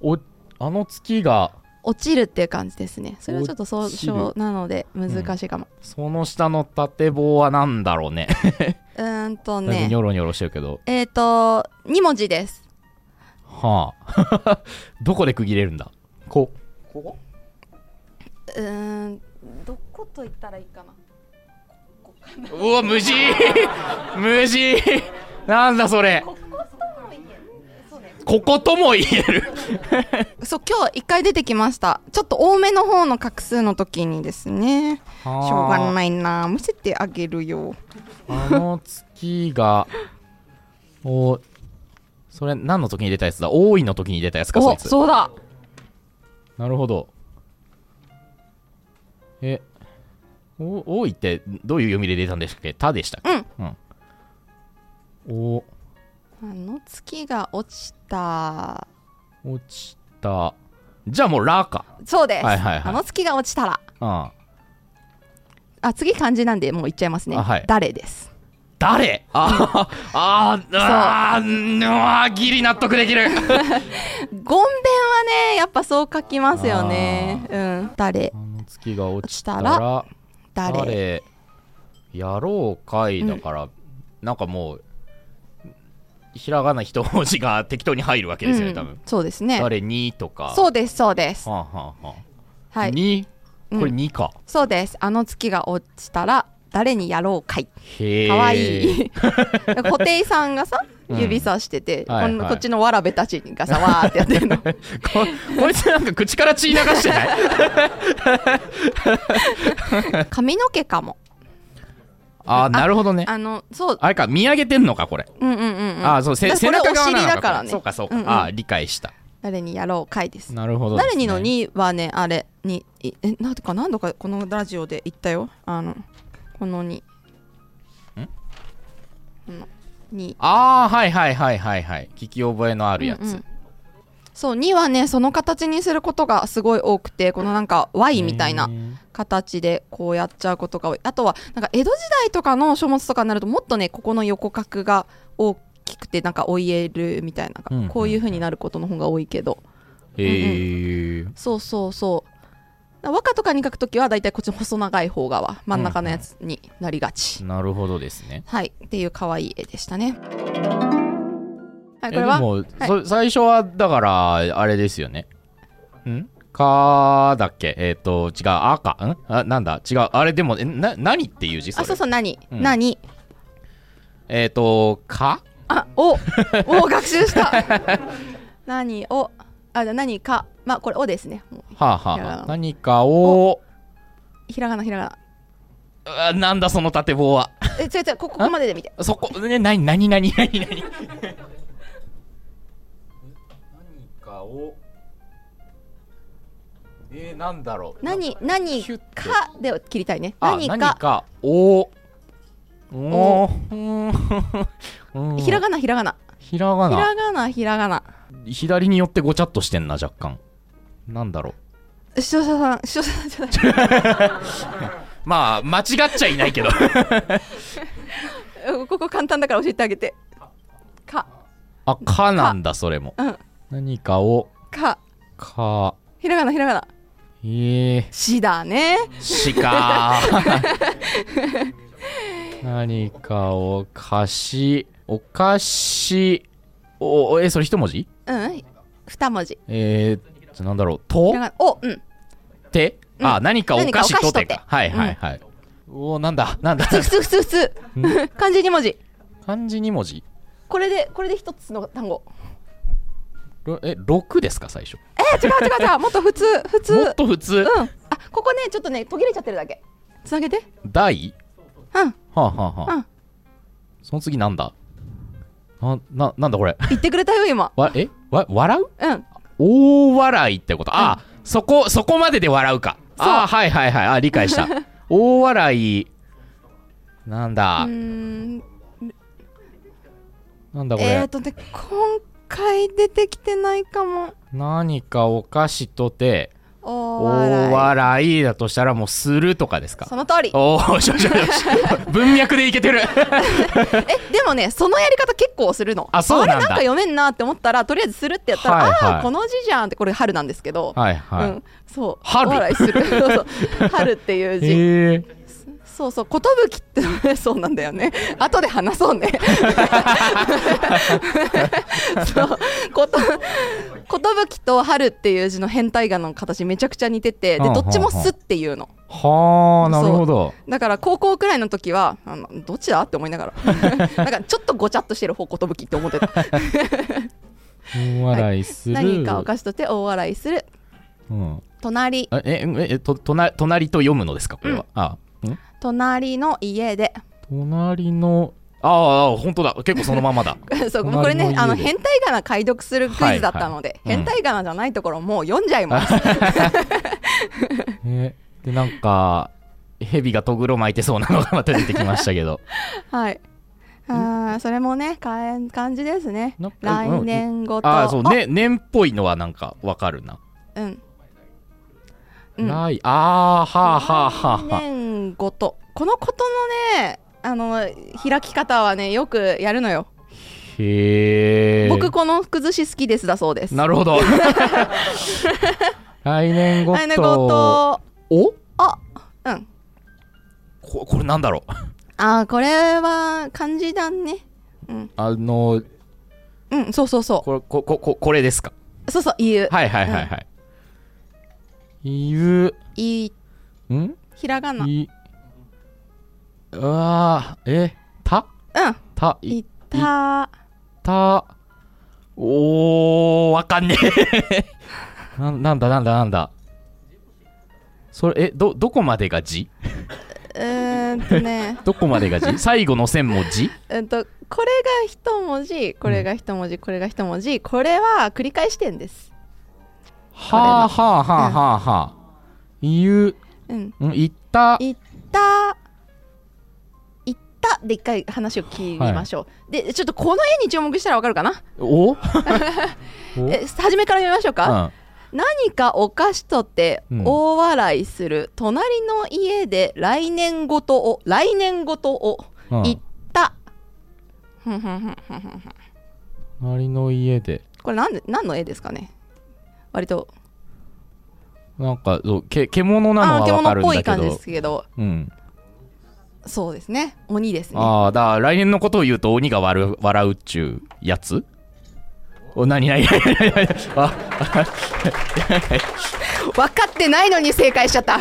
Speaker 1: おあの月が
Speaker 2: 落ちるっていう感じですねそれはちょっと総
Speaker 1: 落ちる
Speaker 2: 称なので難しいかも、
Speaker 1: その下の縦棒はなんだろうね
Speaker 2: うーんと
Speaker 1: だいぶニ
Speaker 2: ね
Speaker 1: ョロニョロしてるけど
Speaker 2: えっ、と2文字です
Speaker 1: はあ どこで区切れるんだこ
Speaker 2: うーんどこと言ったらいいかな
Speaker 1: ううわ無事無事なんだそれこことも言える
Speaker 2: そう今日1回出てきましたちょっと多めの方の画数の時にですねし
Speaker 1: はあ
Speaker 2: ょうがないな見せてあげるよ
Speaker 1: あの月が、お、それ何の時に出たやつだ多いの時に出たやつか、そ
Speaker 2: お
Speaker 1: いつ。
Speaker 2: そうだ
Speaker 1: なるほど。え、お、多いってどういう読みで出たんでしたっけたでしたっけうん。お、
Speaker 2: あの月が落ちた
Speaker 1: 落ちた。じゃあもう、らか。
Speaker 2: そうです、
Speaker 1: はいはいはい
Speaker 2: あの月が落ちたら
Speaker 1: うん。
Speaker 2: あ次漢字なんでもう言っちゃいますね、
Speaker 1: あはい
Speaker 2: 誰です
Speaker 1: 誰あーあー、あー、うわー、ギリ納得できる。
Speaker 2: ごんべんはねやっぱそう書きますよねうん誰
Speaker 1: あの月が落ちた
Speaker 2: 落ちた
Speaker 1: ら、
Speaker 2: 誰
Speaker 1: 誰やろうかいだから、なんかもうひらがな一文字が適当に入るわけですよね、多
Speaker 2: うん
Speaker 1: 分
Speaker 2: そうですね
Speaker 1: 誰にとか
Speaker 2: そううですそうです
Speaker 1: はあはあはあ
Speaker 2: はい
Speaker 1: に
Speaker 2: うん
Speaker 1: これにか、
Speaker 2: そうですあの月が落ちたら誰にやろうかい
Speaker 1: へえ
Speaker 2: かわい い布袋さんがさ
Speaker 1: うん
Speaker 2: 指さしてて、
Speaker 1: はいはい
Speaker 2: このこっちのわらべたちがさわーってやって るの
Speaker 1: ここいつなんか口から血流してない
Speaker 2: 髪の毛かも
Speaker 1: ああ、なるほどね。あ
Speaker 2: あのそう
Speaker 1: れか、見上げてんのか、これ。
Speaker 2: うんうんうん、うん、
Speaker 1: ああ、そう、せ
Speaker 2: だ
Speaker 1: 背
Speaker 2: からこ
Speaker 1: 中側
Speaker 2: れ
Speaker 1: なの
Speaker 2: お
Speaker 1: か
Speaker 2: 尻だから
Speaker 1: これ
Speaker 2: ね
Speaker 1: そうか、そうか。
Speaker 2: うんうん
Speaker 1: ああ、理解した。
Speaker 2: 誰にやろう回です
Speaker 1: なるほど、
Speaker 2: 誰にの。2はねあれにいえなんてか何度かこのラジオで言ったよあのこの2んこの2
Speaker 1: ああ、はいはいはいはいはい。聞き覚えのあるやつ。
Speaker 2: うんうんそう2はねその形にすることがすごい多くてこのなんか Y みたいな形でこうやっちゃうことが多いあとはなんか江戸時代とかの書物とかになるともっとねここの横角が大きくてなんかお家るみたいな
Speaker 1: うんうん
Speaker 2: こういう風になることの方が多いけど
Speaker 1: へえ。
Speaker 2: そうそうそうだ和歌とかに書くときはだいたいこっちの細長い方側真ん中のやつになりがち、
Speaker 1: なるほどですね。
Speaker 2: はいっていう可愛い絵でしたねはい
Speaker 1: え
Speaker 2: これ
Speaker 1: で
Speaker 2: は
Speaker 1: も、そ最初は、だから、あれですよね。んかだっけえっ、と、違う、あか、んあ、なんだ、違う、あれでも、えな、何っていう字それ
Speaker 2: あそうそう何、
Speaker 1: うん
Speaker 2: 何
Speaker 1: えっ、と、か
Speaker 2: あおお学習した 何をあじゃあ何かまあこれ「お」ですねもう
Speaker 1: はあ、
Speaker 2: い
Speaker 1: は
Speaker 2: や
Speaker 1: あ、何かを、
Speaker 2: ひらがなひらが
Speaker 1: うわなんだその縦棒は。
Speaker 2: なえ違う違うここここまでで見て
Speaker 1: そこ、ね、なになになになになに
Speaker 3: 何かをえー、なんだろう
Speaker 2: 何何
Speaker 1: ヒュッて
Speaker 2: かで切りたいね
Speaker 1: あ
Speaker 2: 何
Speaker 1: 何
Speaker 2: か
Speaker 1: かを、おーうん
Speaker 2: ひらがなひらがな
Speaker 1: ひらが
Speaker 2: ひ
Speaker 1: な
Speaker 2: らがなひらがな
Speaker 1: 左によってごちゃっとしてんな若干なんだろう
Speaker 2: 視聴者さん視聴者さんじゃない
Speaker 1: まあ間違っちゃいない けど
Speaker 2: うんここ簡単だから教えてあげて。か、
Speaker 1: あかなんだそれも
Speaker 2: うん、
Speaker 1: 何かを
Speaker 2: か、
Speaker 1: か
Speaker 2: ひらがなひらがな。
Speaker 1: えー、
Speaker 2: しだね。
Speaker 1: し か何かをかしおかしおおえそれ一文字
Speaker 2: うん、二文字。
Speaker 1: えー、なんだろうと
Speaker 2: ひらがなお、うん。
Speaker 1: 手、あ何かお菓子と手
Speaker 2: 何かお菓子と手
Speaker 1: かはいはいはい、おおなんだなんだ
Speaker 2: ふつふつふつふつ。漢字二文字。
Speaker 1: 漢字2文字
Speaker 2: これで、これで一つの単語。
Speaker 1: ろえ6ですか最初
Speaker 2: え、違う違う違う。もっと普通、普通。
Speaker 1: もっと普通、
Speaker 2: うん。あ、ここね、ちょっとね、途切れちゃってるだけ。つなげて。
Speaker 1: 大
Speaker 2: うん。
Speaker 1: はあ、はあはあ
Speaker 2: うん
Speaker 1: その次なんだなななんだこれ
Speaker 2: 言ってくれたよ、今。
Speaker 1: わえわ笑う
Speaker 2: うん。
Speaker 1: 大笑いってことあ、そこそこまでで笑うか
Speaker 2: そう
Speaker 1: あはいはいはいあ理解した 大笑いなんだ、
Speaker 2: うーん。
Speaker 1: なんだこれ、
Speaker 2: えーとね、今回出てきてないかも。
Speaker 1: 何かお菓子とて大
Speaker 2: お笑
Speaker 1: 笑いだとしたらもうするとかです
Speaker 2: い。そ
Speaker 1: か
Speaker 2: の通り。
Speaker 1: おおよしよし よし文脈でいけてる
Speaker 2: えでもねそのやり方結構するの
Speaker 1: あそうなんだ
Speaker 2: れなんか読めんなって思ったらとりあえずするってやったら、
Speaker 1: はいはい
Speaker 2: ああこの字じゃんってこれ春なんですけど、
Speaker 1: はいはい、
Speaker 2: うん、そう
Speaker 1: 春
Speaker 2: お笑いす るそうそう春っていう字、
Speaker 1: へえ
Speaker 2: そうそう寿って そうなんだよね後で話そう ねそうこと寿と春っていう字の変態画の形めちゃくちゃ似ててでどっちもすっていうの
Speaker 1: はあなるほど
Speaker 2: だから高校くらいの時はあのどっちだって思いなが らなんかちょっとごちゃっとしてる方寿って思ってた
Speaker 1: 大笑いする、
Speaker 2: 何かお菓子として大笑いする
Speaker 1: うん、
Speaker 2: 隣
Speaker 1: あえええと隣隣と読むのですかこれは、あん
Speaker 2: 隣の家で
Speaker 1: 隣のああ本当だ結構そのまま だ
Speaker 2: そう
Speaker 1: 隣の家で
Speaker 2: もうこれねあの変態仮名解読するクイズだったので、
Speaker 1: はいはいうん
Speaker 2: 変態仮名じゃないところもう読んじゃいます
Speaker 1: えでなんか蛇がとぐろ巻いてそうなのがまた出てきましたけど
Speaker 2: はいあーそれもねかえ感じですね
Speaker 1: なんか
Speaker 2: 来年ごと
Speaker 1: ああそう、ね、年っぽいのはなんかわかるな、
Speaker 2: あうんうん
Speaker 1: ないああはあはあはあ
Speaker 2: 来
Speaker 1: はあ
Speaker 2: 年ごとこのことのねあの開き方はねよくやるのよ、
Speaker 1: へえ
Speaker 2: 僕この崩し好きですだそうです
Speaker 1: なるほ ど来年ごと
Speaker 2: 来年ごと
Speaker 1: お
Speaker 2: あうん
Speaker 1: ここれなんだろう
Speaker 2: あーこれは漢字だね
Speaker 1: あの
Speaker 2: うんそうそうそ
Speaker 1: これここここれですか
Speaker 2: うそうそう言う、
Speaker 1: はいはいはいはい、いう
Speaker 2: い、い
Speaker 1: ん
Speaker 2: ひらがなうん
Speaker 1: いあーえたたい
Speaker 2: いた
Speaker 1: たおーわかんね えなんなんだなんだなんだそれえどどこまでが字
Speaker 2: うーんとね
Speaker 1: どこまでが字最後の線も字
Speaker 2: うんとこれが一文字これが一文字これが一文字これは繰り返してんです
Speaker 3: はあはあはあはあはあ。言う、
Speaker 2: うん
Speaker 3: ん言った、
Speaker 2: 行った行ったで一回話を聞きましょう、でちょっとこの絵に注目したらわかるかな
Speaker 3: おお
Speaker 2: え初めから見ましょうか、
Speaker 1: うん
Speaker 2: 何かお菓子とって
Speaker 3: うん
Speaker 2: 大笑いする、隣の家で来年ごとを来年ごとを
Speaker 3: うん
Speaker 2: 言った、 ふんふんふんふんふんふん
Speaker 3: 隣の家で、
Speaker 2: これなんで何の絵ですかね割と
Speaker 3: なんか、そうけ獣な
Speaker 2: あ
Speaker 3: の
Speaker 2: ー
Speaker 3: はわ
Speaker 2: 獣
Speaker 3: か
Speaker 2: っ
Speaker 3: るん
Speaker 2: ぽい
Speaker 3: だけ
Speaker 2: 感じで
Speaker 3: ど
Speaker 2: す。けど
Speaker 3: うん。
Speaker 2: そうですね鬼ですね
Speaker 1: ああ、だから来年のことを言うと鬼が笑う笑うっちゅうやつお、 なになにあ
Speaker 2: 分かってないのに正解しちゃった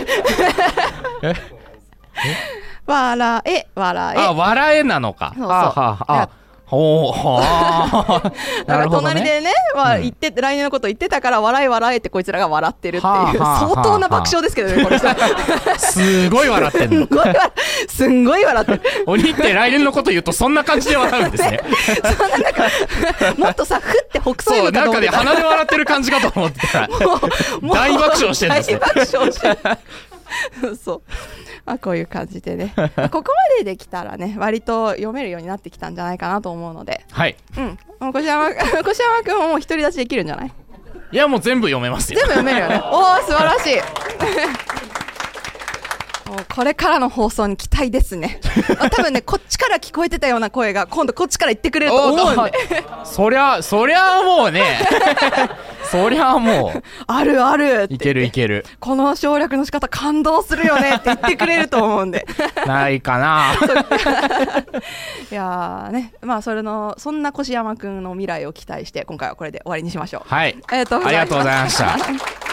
Speaker 2: 笑え笑
Speaker 1: あ、
Speaker 2: え
Speaker 1: 笑えなのか。
Speaker 2: そうそ
Speaker 1: あ
Speaker 2: う
Speaker 1: はあ、あ、ほう、ほう。
Speaker 2: だ
Speaker 1: な
Speaker 2: か
Speaker 1: る
Speaker 2: ら
Speaker 1: ほど
Speaker 2: 隣
Speaker 1: ね。
Speaker 2: でね、まあ、
Speaker 1: うん
Speaker 2: 言って来年のこと言ってたから笑え笑えってこいつらが笑ってるっていう、
Speaker 3: はあはあはあ
Speaker 2: 相当な爆笑ですけどねこの人
Speaker 1: すごい笑ってん
Speaker 2: すん
Speaker 1: の。
Speaker 2: ごい笑すんごい笑ってる
Speaker 1: 鬼って来年のこと言うとそんな感じで笑うんですね。
Speaker 2: そんななんかもっとさふってほく そ
Speaker 1: そ
Speaker 2: いう
Speaker 1: う、
Speaker 2: のか
Speaker 1: な
Speaker 2: と
Speaker 1: んか
Speaker 2: 思っ
Speaker 1: ね、
Speaker 2: てた
Speaker 1: 鼻で笑ってる感じかと思って たら。
Speaker 2: もう
Speaker 1: 大爆笑してるんですね
Speaker 2: 大爆笑してる そうまあこういう感 じでね、まあここまでできたらね割と読めるようになってきたんじゃないかなと思うので
Speaker 1: はい。
Speaker 2: うんもう越 山越山君ももう独り立ちできるんじゃない
Speaker 1: いや、もう全部読めますよ
Speaker 2: 全。部読める よねおお素晴らしい もうこれからの放送に期待ですねあ多分ねこっちから聞こえてたような声が今度こっちから言ってくれると思うんで
Speaker 1: そりゃ、そりゃもうね。 そりゃも
Speaker 2: あるあるっ
Speaker 1: う、
Speaker 2: て
Speaker 1: いけるいける。
Speaker 2: この省略の仕方感動するよねって言ってくれると思うんで
Speaker 1: ないか な。
Speaker 2: いやーねまあそれのそんな越山くんの未来を期待して今回はこれで終わりにしましょう
Speaker 1: はい。
Speaker 2: ありがとうご
Speaker 1: あ
Speaker 2: ざ
Speaker 1: り
Speaker 2: いました
Speaker 1: がとうございました。